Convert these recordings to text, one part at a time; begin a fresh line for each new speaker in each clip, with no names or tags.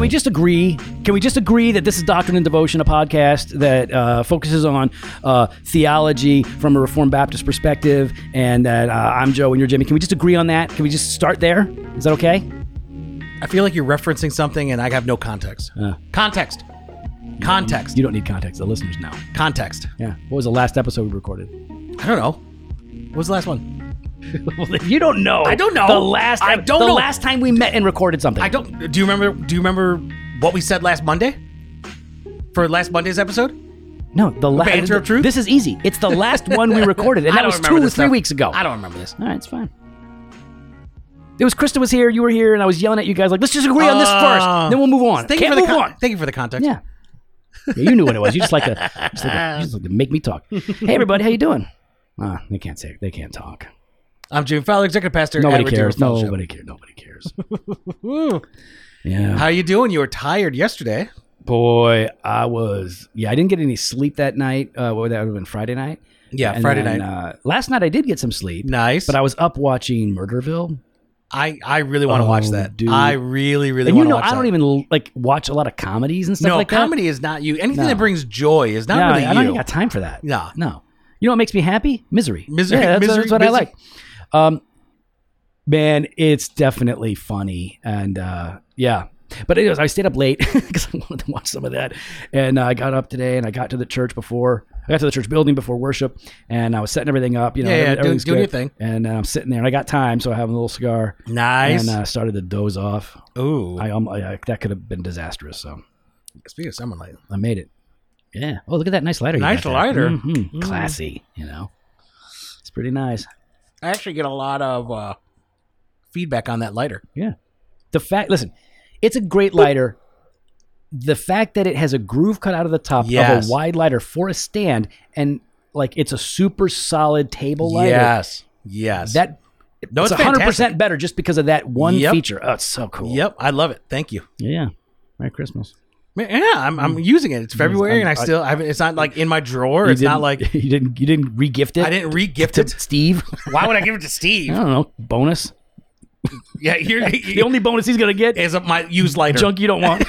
we just agree? Can we just agree that this is Doctrine and Devotion, a podcast that uh, focuses on uh, theology from a Reformed Baptist perspective, and that uh, I'm Joe and you're Jimmy? Can we just agree on that? Can we just start there? Is that okay?
I feel like you're referencing something and I have no context. Context. Context.
You don't need context. The listeners know.
Context.
Yeah. What was the last episode we recorded?
I don't know. What was the last one?
well, if you don't know, I
don't know.
The last,
I don't
the
know.
last time we met and recorded something.
I don't do you remember do you remember what we said last Monday? For last Monday's episode?
No, the last.
Banter of truth?
This is easy. It's the last one we recorded, and that
I don't
was
remember
two or three
this stuff.
weeks ago.
I don't remember this.
All right, it's fine. It was Krista was here, you were here, and I was yelling at you guys like, "Let's just agree on this
Ah.
first, then we'll move on."
Thank
Can't
you for the
move
con-
on.
Thank you for the context.
Yeah. Yeah, you knew what it was. You just like to, just like to, you just like to make me talk. hey, everybody, how you doing? Uh, they can't say they can't talk.
I'm Jimmy Fowler, executive pastor. at
Nobody
Redeemer
cares.
Fellowship.
Nobody cares. Nobody cares.
Ooh.
Yeah.
How you doing? You were tired yesterday.
Boy, I was. Yeah, I didn't get any sleep that night. Uh, what would that would have been Friday night.
Yeah,
And
Friday
then,
night.
Uh, last night I did get some sleep,
nice.
but I was up watching Murderville.
I, I really want to watch
Oh,
that.
dude.
I really, really
and you
want to
know,
watch
I don't
that.
even like watch a lot of comedies and stuff
no,
like that.
comedy is not you. Anything
No.
that brings joy is not
no,
really
I don't
you.
even got time for that.
Nah.
No. You know what makes me happy? Misery.
Misery-
Yeah, that's,
misery-
that's what I
misery.
like. Um, man, it's definitely funny. And uh, yeah. But anyways, I stayed up late because I wanted to watch some of that. And uh, I got up today and I got to the church before, I got to the church building before worship and I was setting everything up. You know,
Yeah, yeah, doing-
everything's
doing your
good.
thing.
And uh, I'm sitting there and I got time, so I have a little cigar.
Nice.
And uh, started to doze off.
Ooh.
I, um, I, I that could have been disastrous. So
Speaking of someone like
I made it. Yeah. Oh, look at that nice lighter. you
Nice
got there.
lighter. Mm-hmm.
Mhm. Classy. You know, it's pretty nice.
I actually get a lot of uh, feedback on that lighter.
Yeah. The fact. Listen, it's a great lighter. The fact that it has a groove cut out of the top of
Yes.
a wide lighter for a stand, and like it's a super solid table lighter.
Yes. Yes.
That.
No, it's
hundred
fantastic.
percent better just because of that one
Yep.
feature. Oh, it's so cool.
Yep, I love it. Thank you.
Yeah. Merry Christmas.
Man, Yeah, I'm, I'm
Mm.
using it. It's February, and I still I haven't. It's not like in my drawer.
You
It's not
didn't-
like
you didn't you didn't regift it.
I didn't re-gift
to
it.
Steve.
Why would I give it to
I
Steve?
don't know. Bonus.
Yeah, you're,
The
you
only bonus he's gonna get
is a, my used lighter.
junk you don't want.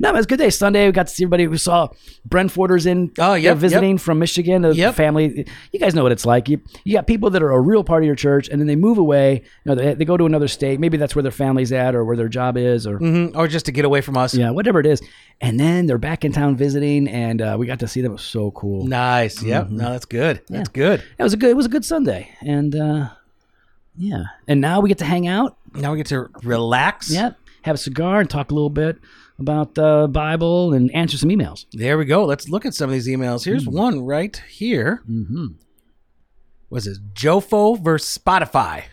no, it was a good day. Sunday, we got to see everybody. We saw Brentforders in
Oh, yep,
uh, visiting from Michigan, the
Yep.
family. You guys know what it's like. You, you got people that are a real part of your church, and then they move away. You know, they, they go to another state. Maybe that's where their family's at or where their job is or
Mhm, or just to get away from us.
yeah, whatever it is. And then they're back in town visiting, and uh, we got to see them. It was so cool.
Nice. Yep.
Mm-hmm.
No, that's good. That's good.
It was a good. It was a good Sunday, and uh, yeah. And now we get to hang out
Now we get to relax.
Yep. Have a cigar and talk a little bit about the Bible and answer some emails.
There we go. Let's look at some of these emails. Here's one right here.
Hmm. Mm-hmm.
Was it Jofo versus Spotify?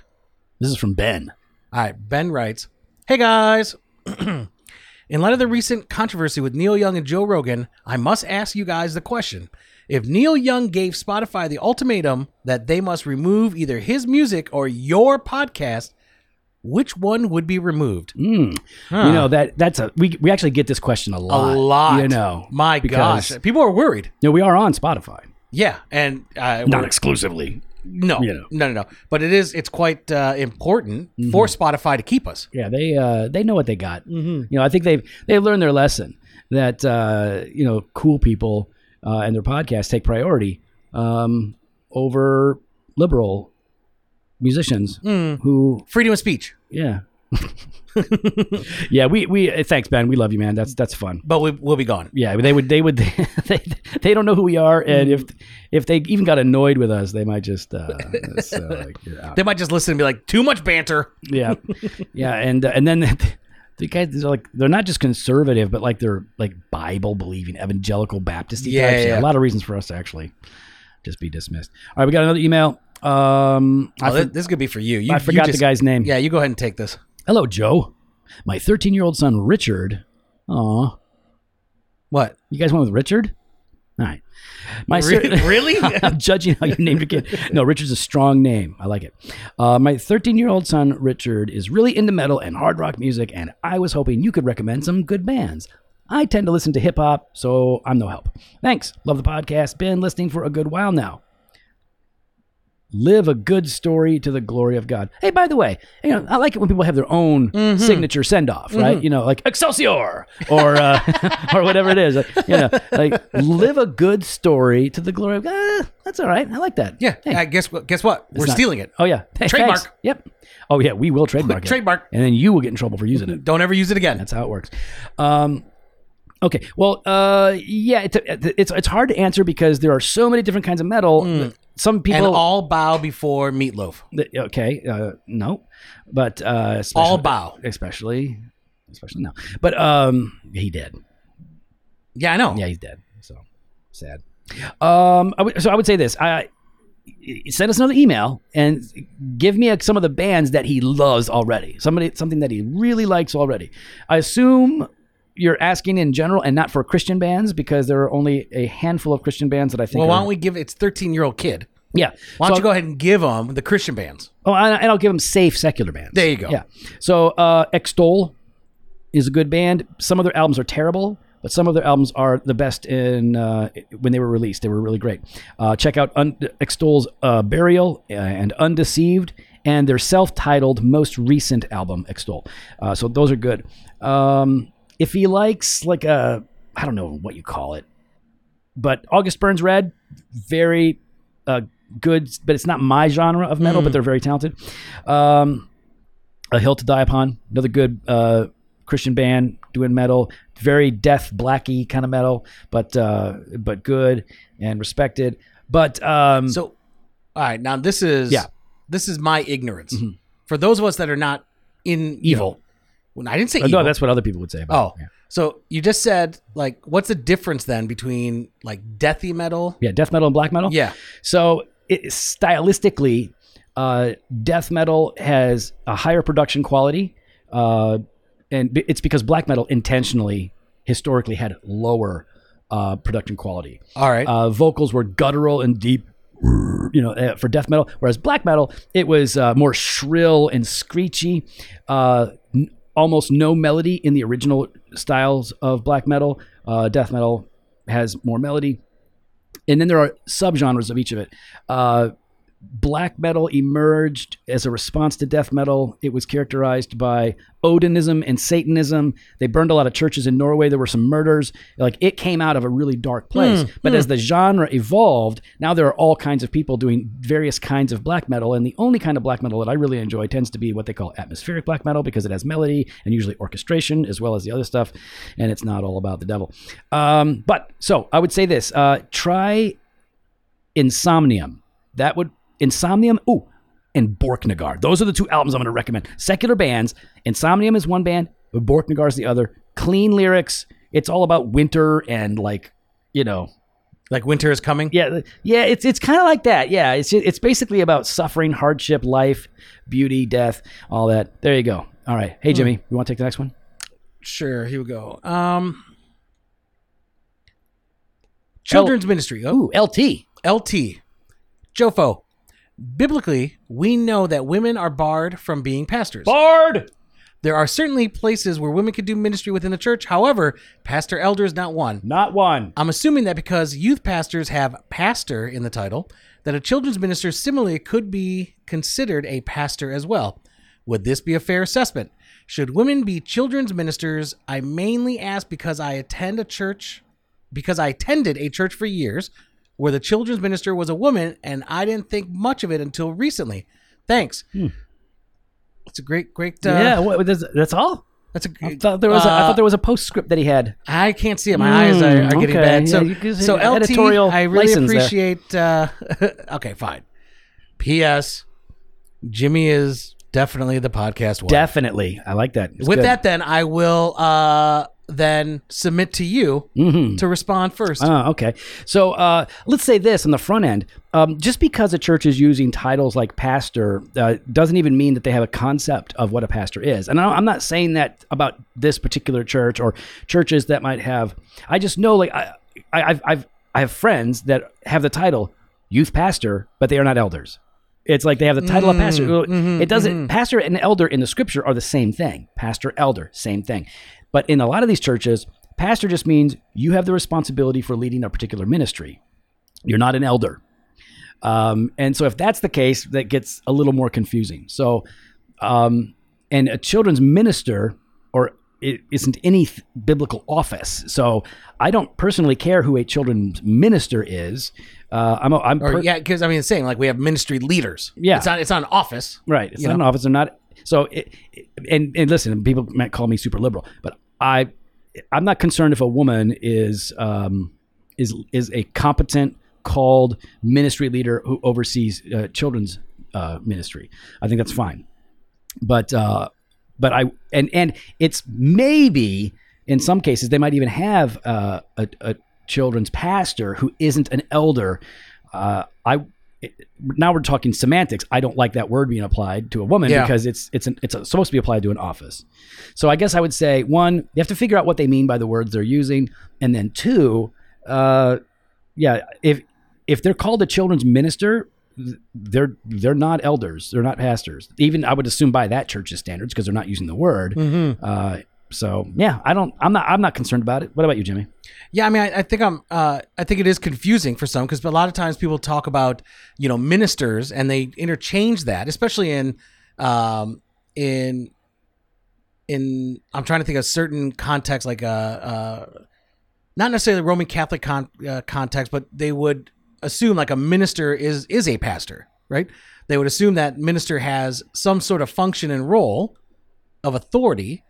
This is from Ben.
All right, Ben writes, "Hey guys, in light of the recent controversy with Neil Young and Joe Rogan, I must ask you guys the question: If Neil Young gave Spotify the ultimatum that they must remove either his music or your podcast, which one would be removed?
Mm. You know that that's a we we actually get this question a
a
lot.
lot.
You know,
my
because-
gosh, people are worried.
you know, we are on Spotify,
Yeah, and uh,
not
we're-
exclusively.
no,
you know.
no, no, no. But it is. It's quite uh, important for
Mm-hmm.
Spotify to keep us.
Yeah, they uh, they know what they got.
Mm-hmm.
You know, I think they've they learned their lesson that uh, you know cool people uh, and their podcasts take priority um, over liberal musicians
Hmm.
who
Freedom of speech."
Yeah. yeah, we we uh, thanks Ben. We love you, man. That's that's fun.
But we, we'll be gone.
Yeah, they would they would they they don't know who we are, and
Mm-hmm.
if if they even got annoyed with us, they might just uh, it's, uh, like, you're out.
They might just listen and be like, "Too much banter."
yeah yeah, and uh, and then. The guys they're like they're not just conservative, but like they're like Bible believing evangelical Baptist types.
Yeah, yeah.
a lot of reasons for us to actually just be dismissed. All right, we got another email. Um, I,
Oh,
for-
thi- this could be for you. you
I
you
forgot
just-
the guy's name.
Yeah, you go ahead and take this.
Hello, Joe. My 13 year old son Richard. Aw,
What?
You guys went with Richard? All right. My ser-
Re- really?
I'm judging how you named your kid. No, Richard's a strong name. I like it. Uh, my 13 year old son, Richard, is really into metal and hard rock music, and I was hoping you could recommend some good bands. I tend to listen to hip hop, so I'm no help. Thanks. Love the podcast. Been listening for a good while now. Live a good story to the glory of God. Hey, by the way, you know I like it when people have their own
Mm-hmm.
signature send off, right? You know, like Excelsior or uh, or whatever it is. Like, you know, like live a good story to the glory of God. Eh, That's all right. I like that.
Yeah.
Hey,
I guess what? Guess what? We're
not-
stealing it.
Oh yeah. Hey,
Trademark.
thanks. Yep. Oh yeah, we will trademark it.
Trademark. Mm-hmm.
And then you will get in trouble for using it.
Don't ever use it again.
That's how it works. Um, okay. Well, uh, yeah, it's, it's it's hard to answer because there are so many different kinds of metal. Some
Mm. And
people.
all bow before meatloaf.
th- okay. Uh, no. But uh, especially,
All bow.
especially, especially no. But um, he did.
Yeah, I know.
Yeah, he's dead. So sad. Um, I would so I would say this. I send us another email and give me a, some of the bands that he loves already. Somebody, something that he really likes already. I assume you're asking in general and not for Christian bands because there are only a handful of Christian bands that I think.
Well, why
are-
don't we give it's thirteen year old kid?
Yeah.
Why
So
don't you go ahead and give them the Christian bands?
Oh, and and I'll give them safe secular bands.
There you go.
Yeah. So uh, Extol is a good band. Some of their albums are terrible, but some of their albums are the best in uh, when they were released. They were really great. Uh, check out Un- Extol's uh, Burial and Undeceived and their self-titled most recent album, Extol. Uh, so those are good. Um, if he likes like a, I don't know what you call it, but August Burns Red, very uh, good, but it's not my genre of metal,
Mm.
but they're very talented. Um, a Hill to Die Upon, another good uh, Christian band doing metal, very death blacky kind of metal, but uh, but good and respected. But um,
So, all right, now this is
Yeah. Mm-hmm.
this is my ignorance. For those of us that are not in
Evil. Oh,
Well, I didn't say
uh, no,
evil.
that's what other people would say. About
oh,
it.
so you just said like, what's the difference then between like deathy metal?
yeah. yeah, death metal and black metal.
Yeah,
So it, stylistically, uh, death metal has a higher production quality, uh, and b- it's because black metal intentionally, historically, had lower uh, production quality.
all right.
Uh, vocals were guttural and deep, you know, uh, for death metal. Whereas black metal, it was uh, more shrill and screechy. Uh, n- almost no melody in the original styles of black metal. Uh, death metal has more melody, and then there are subgenres of each of it. Uh, black metal emerged as a response to death metal. It was characterized by Odinism and Satanism. They burned a lot of churches in Norway. There were some murders. Like it came out of a really dark place. But as the genre evolved, now there are all kinds of people doing various kinds of black metal. And the only kind of black metal that I really enjoy tends to be what they call atmospheric black metal because it has melody and usually orchestration as well as the other stuff. And it's not all about the devil. Um, but so I would say this uh, try Insomnium. That would Insomnium. Ooh, and Borknagar. Those are the two albums I'm going to recommend. Secular bands. Insomnium is one band. Borknagar is the other. Clean lyrics. It's all about winter and like you know
like winter is coming.
yeah yeah it's it's kind of like that yeah it's it's basically about suffering hardship life beauty death all that there you go all right hey jimmy you want to take the next one
Sure, here we go. Um, children's ministry. Oh,
ooh lt
LT. Jofo. Biblically, we know that women are barred from being pastors.
bard
There are certainly places where women could do ministry within the church. However, pastor elder is not one.
not one
I'm assuming that because youth pastors have pastor in the title, that a children's minister similarly could be considered a pastor as well. Would this be a fair assessment? Should women be children's ministers? I mainly ask because I attend a church because I attended a church for years where the children's minister was a woman and I didn't think much of it until recently. Thanks. It's a great great uh,
yeah what, that's, that's all
that's a uh,
I thought there was a, I thought there was a postscript that he had
I can't see it. My eyes
Mm,
are, are getting
okay.
bad. So,
Yeah, you can-
so LT,
editorial
I really
license there.
appreciate. Uh, okay, fine. P.S. Jimmy is definitely the podcast one.
definitely I like that It's
With
good.
that, then I will uh, then submit to you
Mm-hmm.
to respond first.
Oh, okay. So uh, let's say this on the front end. Um, just because a church is using titles like pastor uh, doesn't even mean that they have a concept of what a pastor is. And I- I'm not saying that about this particular church or churches that might have. I just know, like, I, I, I've, I've, I have friends that have the title youth pastor, but they are not elders. It's like they have the title of pastor. it doesn't. Pastor and elder in the scripture are the same thing. Pastor, elder, same thing. But in a lot of these churches, pastor just means you have the responsibility for leading a particular ministry. You're not an elder. Um, and so if that's the case, that gets a little more confusing. So, um, and a children's minister or it isn't any th- biblical office. So I don't personally care who a children's minister is. Uh, I'm, a, I'm
Or
per-
yeah, because I mean, it's saying like we have ministry leaders.
Yeah.
it's not it's not an office.
Right. It's
You
not an office. I'm not. So, it, it- and and listen, people might call me super liberal, but I, I'm not concerned if a woman is um is is a competent called ministry leader who oversees uh, children's uh, ministry. I think that's fine. But uh, but I and and it's maybe in some cases they might even have uh, a, a children's pastor who isn't an elder. Uh, I now we're talking semantics. I don't like that word being applied to a woman
Yeah.
because it's it's an, it's supposed to be applied to an office. So I guess I would say one, you have to figure out what they mean by the words they're using, and then two, uh, yeah, if if they're called a children's minister, th- they're they're not elders, they're not pastors. Even I would assume by that church's standards because they're not using the word. Uh, so yeah, I don't. I'm not. I'm not concerned about it. What about you, Jimmy?
Yeah, I mean, I, I think I'm. Uh, I think it is confusing for some because a lot of times people talk about you know ministers and they interchange that, especially in um, in in. I'm trying to think of certain context, like uh, uh, not necessarily Roman Catholic con- uh, context, but they would assume like a minister is is a pastor, right? They would assume that minister has some sort of function and role of authority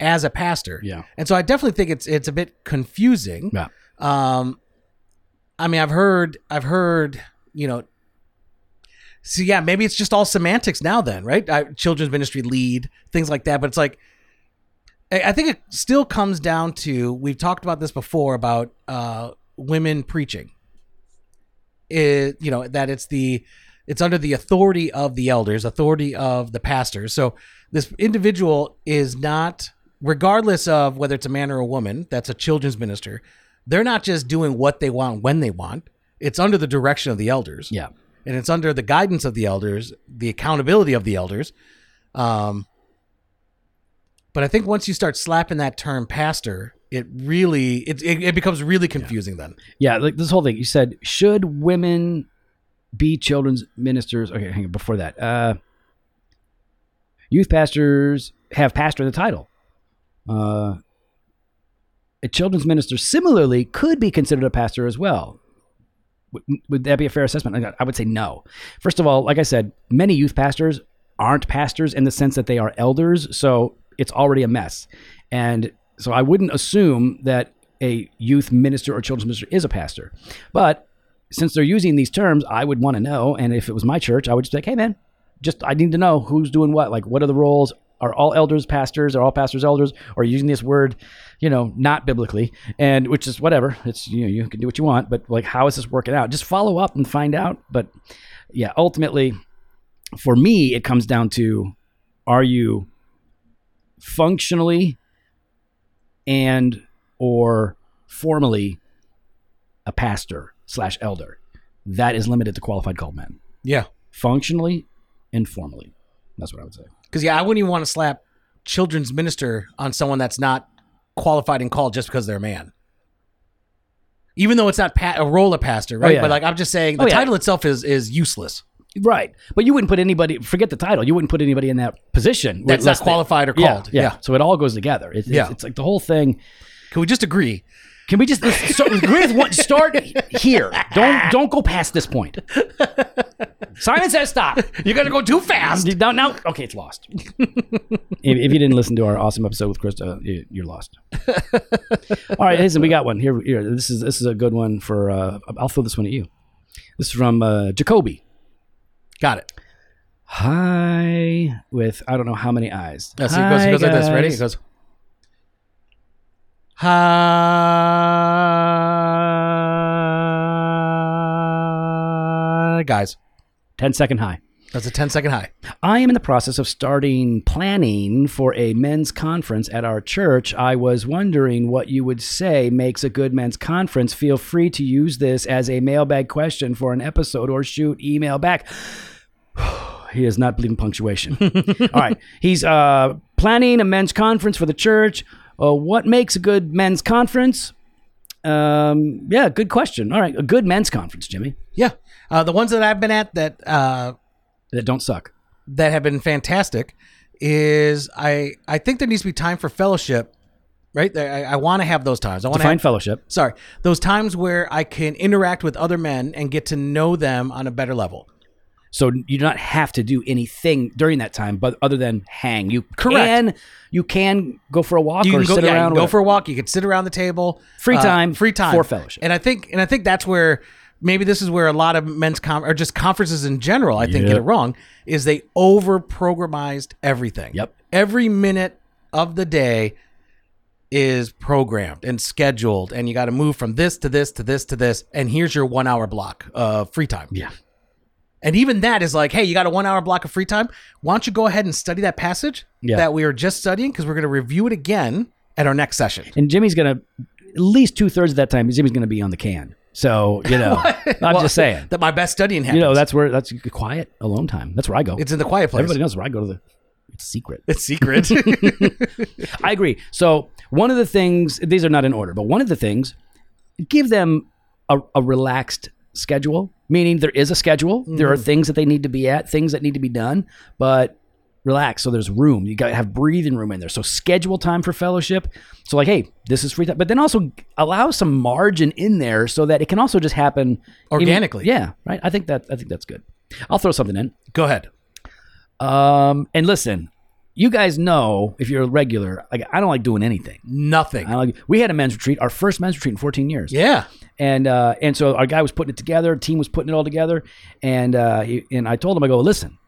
as a pastor.
Yeah.
And so I definitely think it's it's a bit confusing.
Yeah.
Um I mean I've heard I've heard, you know so yeah, maybe it's just all semantics now then, right? I, children's ministry lead, things like that, but it's like I I think it still comes down to we've talked about this before about uh, women preaching. It, you know that it's the it's under the authority of the elders, authority of the pastors. So this individual is not, regardless of whether it's a man or a woman, that's a children's minister. They're not just doing what they want when they want. It's under the direction of the elders
Yeah.
and it's under the guidance of the elders, the accountability of the elders. Um, but I think once you start slapping that term pastor, it really it it, it becomes really confusing then.
Yeah, like this whole thing. You said, should women be children's ministers? Okay, hang on. Before that, uh, youth pastors have pastor in the title. Uh, a children's minister similarly could be considered a pastor as well. Would, would that be a fair assessment? I- I would say no. First of all, like I said, many youth pastors aren't pastors in the sense that they are elders, so it's already a mess. And so I wouldn't assume that a youth minister or children's minister is a pastor. But since they're using these terms, I would want to know. And if it was my church, I would just be like, hey, man, just I need to know who's doing what. Like, what are the roles? Are all elders pastors? Are all pastors elders? Or using this word, you know, not biblically, and which is whatever. It's you know you can do what you want, but like, how is this working out? Just follow up and find out. But yeah, ultimately, for me, it comes down to: Are you functionally and or formally a pastor slash elder? That is limited to qualified called men
Yeah,
functionally and formally. That's what I would say.
because yeah, I wouldn't even want to slap children's minister on someone that's not qualified and called just because they're a man. Even though it's not pa- a role of pastor, right?
yeah.
But like I'm just saying, the
Oh, yeah.
title itself is is useless.
Right, but you wouldn't put anybody. Forget the title. You wouldn't put anybody in that position
That's
unless
not
they-
qualified or
Yeah,
called.
Yeah, So it all goes together. It's, it's-
Yeah.
it's like the whole thing.
Can we just agree?
Can we just let's start, agree with one? Start here. Don't don't go past this point. Simon says stop.
You got to go too fast.
No, no. Okay, it's lost. if, if you didn't listen to our awesome episode with Chris, uh, you- you're lost. All right, listen, we got one here. Here, this is this is a good one for. Uh, I'll throw this one at you. This is from uh, Jacoby.
Got it.
Hi, with I don't know how many eyes.
Yeah, so he goes, he
Hi,
goes like this. Ready? He
guys.
goes. Hi, guys.
10 second high.
That's a 10 second high.
I am in the process of starting planning for a men's conference at our church. I was wondering what you would say makes a good men's conference. Feel free to use this as a mailbag question for an episode or shoot email back. he does not believe in punctuation. All right. He's uh, planning a men's conference for the church. Uh, what makes a good men's conference? Um, yeah, good question. All right, a good men's conference, Jimmy.
Yeah, uh, the ones that I've been at that uh,
That don't suck.
that have been fantastic is I I think there needs to be time for fellowship, right? There- I, I want to have those times. I want to
Define fellowship.
sorry those times where I can interact with other men and get to know them on a better level.
So you do not have to do anything during that time, but other than hang. You
Correct.
can you can go for a walk or sit
yeah, you
around.
can go
with-
for a walk. You could sit around the table. Uh,
Free time
free time
for fellowship.
And I think, and I think that's where maybe this is where a lot of men's com or just conferences in general, I think,
Yep.
get it wrong is they over programized everything.
Yep.
Every minute of the day is programmed and scheduled, and you got to move from this to this to this to this, and here's your one hour block of free time.
yeah.
And even that is like, hey, you got a one hour block of free time. Why don't you go ahead and study that passage
Yeah.
that we are just studying because we're going to review it again at our next session.
And Jimmy's gonna at least two thirds of that time. Jimmy's gonna be on the can. So you know, I'm
Well,
just saying.
that my best studying happens.
You know, that's where that's quiet alone time. That's where I go.
it's in the quiet place.
Everybody knows where I go to the. It's secret.
It's secret.
I agree. So one of the things these are not in order, but one of the things give them a, a relaxed schedule, meaning there is a schedule. There are things that they need to be at, things that need to be done, but relax. So there's room. You got to have breathing room in there. So schedule time for fellowship. So like, hey, this is free time, but then also allow some margin in there so that it can also just happen even-
Organically.
yeah, right. I think that I think that's good. I'll throw something in.
go ahead.
Um, and listen, you guys know if you're a regular, like I don't like doing anything.
Nothing.
I like we had a men's retreat, our first men's retreat in 14 years.
yeah.
And uh, and so our guy was putting it together, team was putting it all together, and uh, he, and I told him, I go, listen,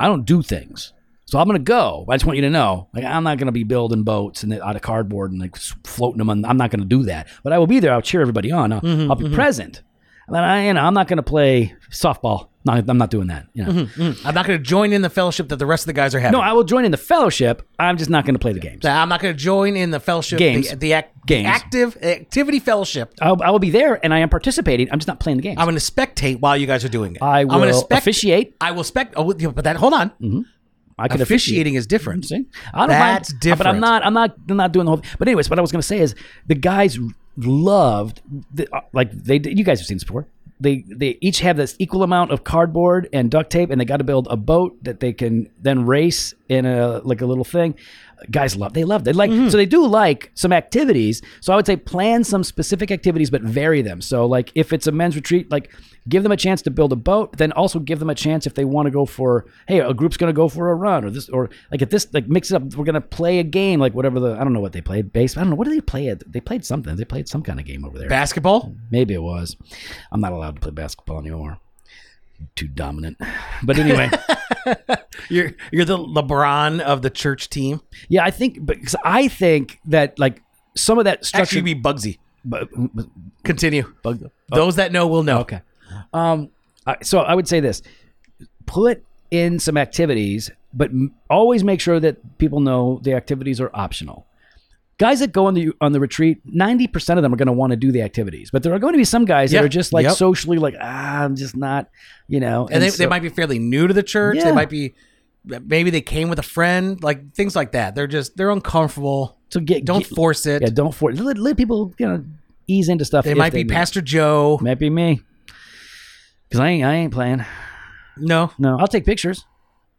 I don't do things. So I'm gonna go. I just want you to know, like I'm not gonna be building boats and out of cardboard and like s- floating them. On, I'm not gonna do that. But I will be there. I'll cheer everybody on. I'll,
Mm-hmm,
I'll be present. But I, you know, I'm not gonna play softball. Not, I'm not doing that. You know,
Mm. I'm not going to join in the fellowship that the rest of the guys are having.
no, I will join in the fellowship. I'm just not gonna play the games.
I'm not going to join in the fellowship.
Games.
The, the, ac- the
Games.
active activity fellowship.
I'll, I will be there and I am participating. I'm just not playing the games.
I'm going to spectate while you guys are doing it.
I
I'm
will
gonna spect-
officiate.
I will spect. Oh, but that. Hold on.
I could officiate.
Officiating is different.
See? I don't
That's
mind, But I'm
different.
not. I'm not. I'm not doing the whole. But anyways, what I was going to say is the guys loved, the, uh, like they. did- You guys have seen this before. They they each have this equal amount of cardboard and duct tape, and they got to build a boat that they can then race in a like a little thing. Guys love. They love. They like.
Mm-hmm.
So they do like some activities. So I would say plan some specific activities, but vary them. So like if it's a men's retreat, like give them a chance to build a boat, then also give them a chance if they want to go for hey, a group's going to go for a run or this or like at this like mix it up. We're going to play a game like whatever the I don't know what they played base. I don't know what did they play at. They played something. They played some kind of game over there.
Basketball.
Maybe it was. I'm not allowed to play basketball anymore. Too dominant. But anyway,
You're you're the LeBron of the church team.
yeah, I think because I think that like some of that structure.
Actually, you'd be Bugsy.
bu- bu-
Continue.
bug- oh.
Those that know will know.
Okay. Um, I- so I would say this: put in some activities, but m- always make sure that people know the activities are optional. Guys that go on the on the retreat, ninety percent of them are going to want to do the activities, but there are going to be some guys
Yeah.
that are just like
Yep.
socially like, ah, I'm just not, you know,
and they,
so-
they might be fairly new to the church.
Yeah.
They might be maybe they came with a friend, like things like that. They're just they're uncomfortable.
so get
Don't
get-
force it.
yeah, don't force let, let people you know ease into stuff.
they
if
might be
need.
Pastor Joe.
might be me, because I ain't I ain't playing.
No,
No, I'll take pictures.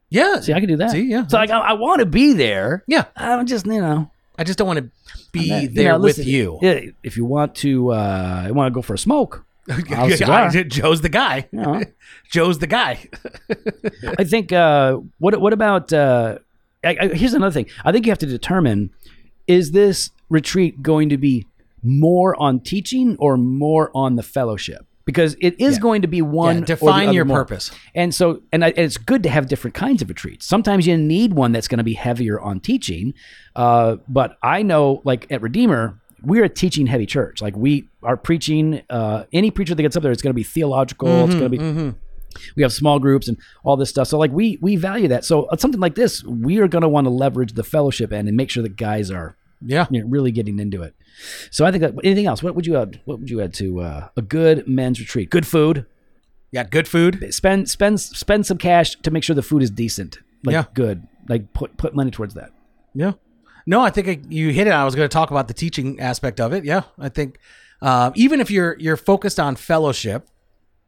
yeah,
See, I can do that.
See, yeah.
So like I, I want to be there.
yeah.
I'm just you know
I just don't want to be
Yeah, you
there
know,
with
listen,
you.
yeah, If you want to, uh, you want to go for a smoke. I'll
I-
cigar.
Joe's the guy.
you know.
Joe's the guy.
I think. Uh, what What about? Uh, I, I, here's another thing. I think you have to determine: is this retreat going to be more on teaching or more on the fellowship? Because it is
Yeah.
going to be one. or
Yeah,
the
define
other
your
more.
purpose.
And so, and, I, and it's good to have different kinds of retreats. Sometimes you need one that's going to be heavier on teaching. Uh, but I know, like at Redeemer, we're a teaching heavy church. Like we are preaching. Uh, any preacher that gets up there, it's going to be theological. it's going to be. We have small groups and all this stuff. So like we we value that. So uh, something like this, we are going to want to leverage the fellowship end and make sure the guys are
Yeah.
you know, really getting into it. So I think that, anything else? What would you add? What would you add to uh, a good men's retreat? Good food
Yeah. Good food.
spend spend spend some cash to make sure the food is decent, like
Yeah.
good, like put put money towards that.
Yeah. No, I think I, you hit it. I was going to talk about the teaching aspect of it. Yeah, I think uh, even if you're you're focused on fellowship,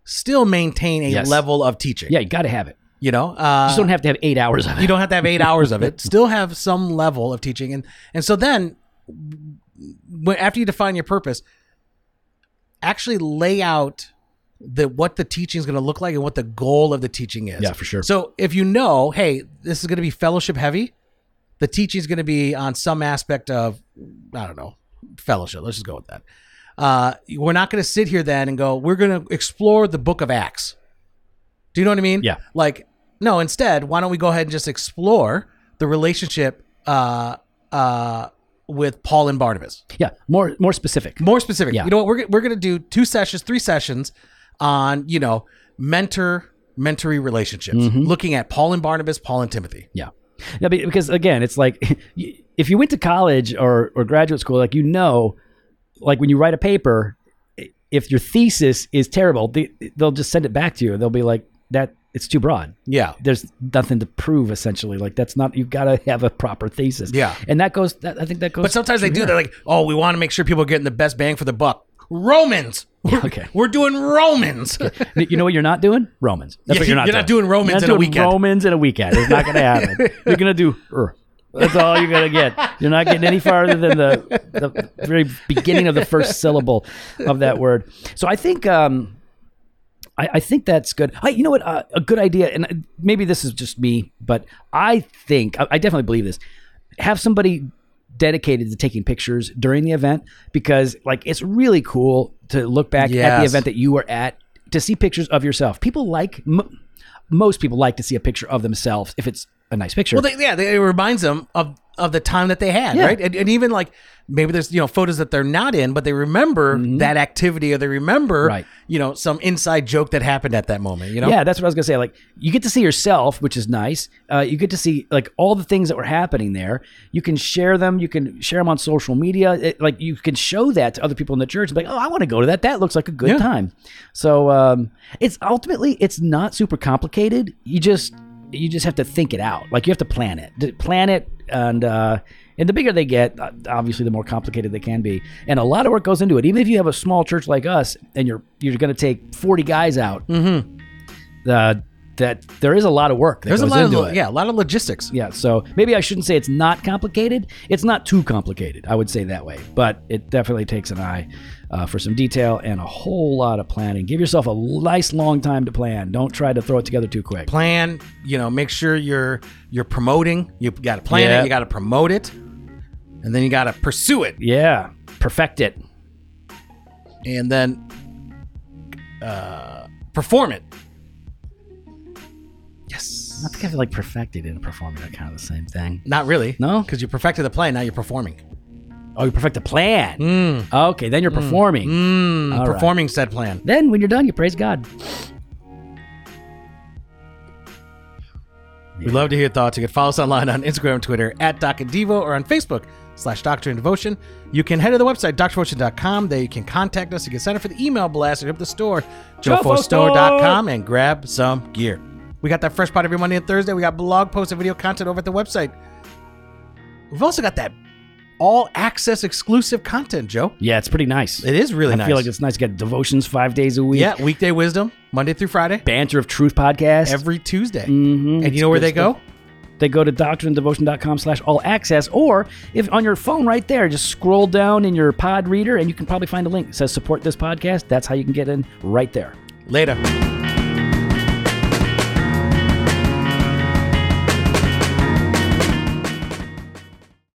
still maintain a
Yes.
level of teaching.
Yeah, you got to have it.
you know, uh,
You just don't have to have eight hours of it.
you don't have to have eight hours of it. Still have some level of teaching, and and so then, when, after you define your purpose, actually lay out the what the teaching is going to look like and what the goal of the teaching is.
Yeah, for sure.
So if you know, hey, this is going to be fellowship heavy, the teaching is going to be on some aspect of, I don't know, fellowship. Let's just go with that. Uh, we're not going to sit here then and go, we're going to explore the book of Acts. Do you know what I mean?
Yeah.
Like, no, instead, why don't we go ahead and just explore the relationship uh, uh, with Paul and Barnabas?
yeah, more more specific.
More specific.
Yeah.
You know what? We're, g- we're going to do two sessions, three sessions on, you know, mentor, mentory relationships,
Mm-hmm.
looking at Paul and Barnabas, Paul and Timothy.
Yeah. Yeah, be- because again, it's like y- if you went to college or, or graduate school, like you know, like when you write a paper, i- if your thesis is terrible, they, they'll just send it back to you. They'll be like, that it's too broad.
Yeah.
There's nothing to prove essentially. Like that's not you've got to have a proper thesis.
Yeah.
and that goes. That, I think that goes.
But sometimes they do. They're like, oh, we want to make sure people are getting the best bang for the buck. Romans. We're,
okay.
We're doing Romans.
you know what you're not doing? Romans. That's
Yeah,
what you're not.
you're not doing Romans
You're not
in a
doing
weekend.
Romans in a weekend. It's not going to happen. you're going to do. Er. That's all you're going to get. You're not getting any farther than the, the very beginning of the first syllable of that word. So I think. Um, I, I think that's good. I, you know what? Uh, a good idea, and uh, maybe this is just me, but I think I, I definitely believe this. Have somebody dedicated to taking pictures during the event because, like, it's really cool to look back at the
Yes.
event that you were at to see pictures of yourself. People like m- most people like to see a picture of themselves if it's a nice picture.
well, they, yeah, they, it reminds them of, of the time that they had,
Yeah.
right? And, and even like maybe there's, you know, photos that they're not in, but they remember that activity or they remember,
Mm-hmm. Right.
you know, some inside joke that happened at that moment, you know?
Yeah, that's what I was gonna say. Like, you get to see yourself, which is nice. Uh, you get to see like all the things that were happening there. You can share them. You can share them on social media. It, like, you can show that to other people in the church. And be like, oh, I want to go to that. That looks like a good
Yeah.
time. So um, it's ultimately it's not super complicated. You just you just have to think it out. Like you have to plan it. D- Plan it and. Uh, and the bigger they get, uh, obviously, the more complicated they can be, and a lot of work goes into it. Even if you have a small church like us, and you're you're going to take forty guys out, uh, that there is a lot of work that
There's a
goes
lot of,
into
lo-
it.
yeah, a lot of logistics.
Yeah, so maybe I shouldn't say it's not complicated. It's not too complicated. I would say that way, but it definitely takes an eye uh, for some detail and a whole lot of planning. Give yourself a nice long time to plan. Don't try to throw it together too quick.
Plan, you know, make sure you're, you're promoting, you got to plan
Yeah.
it, you got to promote it, and then you got to pursue it.
Yeah, perfect it.
and then uh, perform it.
Yes, I think I've like perfected and performing are kind of the same thing.
Not really.
No?
Because you perfected the plan, now you're performing.
Oh, you perfect a plan. Okay, then you're performing.
Mm,
All right.
performing said plan.
Then when you're done, you praise God.
We'd love to hear your thoughts. You can follow us online on Instagram, Twitter, at Doc and Devo, or on Facebook, slash Doctor and Devotion. You can head to the website, drdevotion.com. There you can contact us. You can sign up for the email blast or hit up the store, jofostore.com, and grab some gear. We got that fresh pot every Monday and Thursday. We got blog posts and video content over at the website. We've also got that all access exclusive content, Joe.
Yeah, it's pretty nice.
It is really
I
nice.
feel like it's nice. to Get devotions five days a week.
yeah, weekday wisdom, Monday through Friday,
Banter of Truth podcast.
every Tuesday.
Mhm.
And you know where they go?
They go to doctrineanddevotion.com slash all access, or if on your phone right there, just scroll down in your pod reader and you can probably find a link that says support this podcast. That's how you can get in right there.
Later.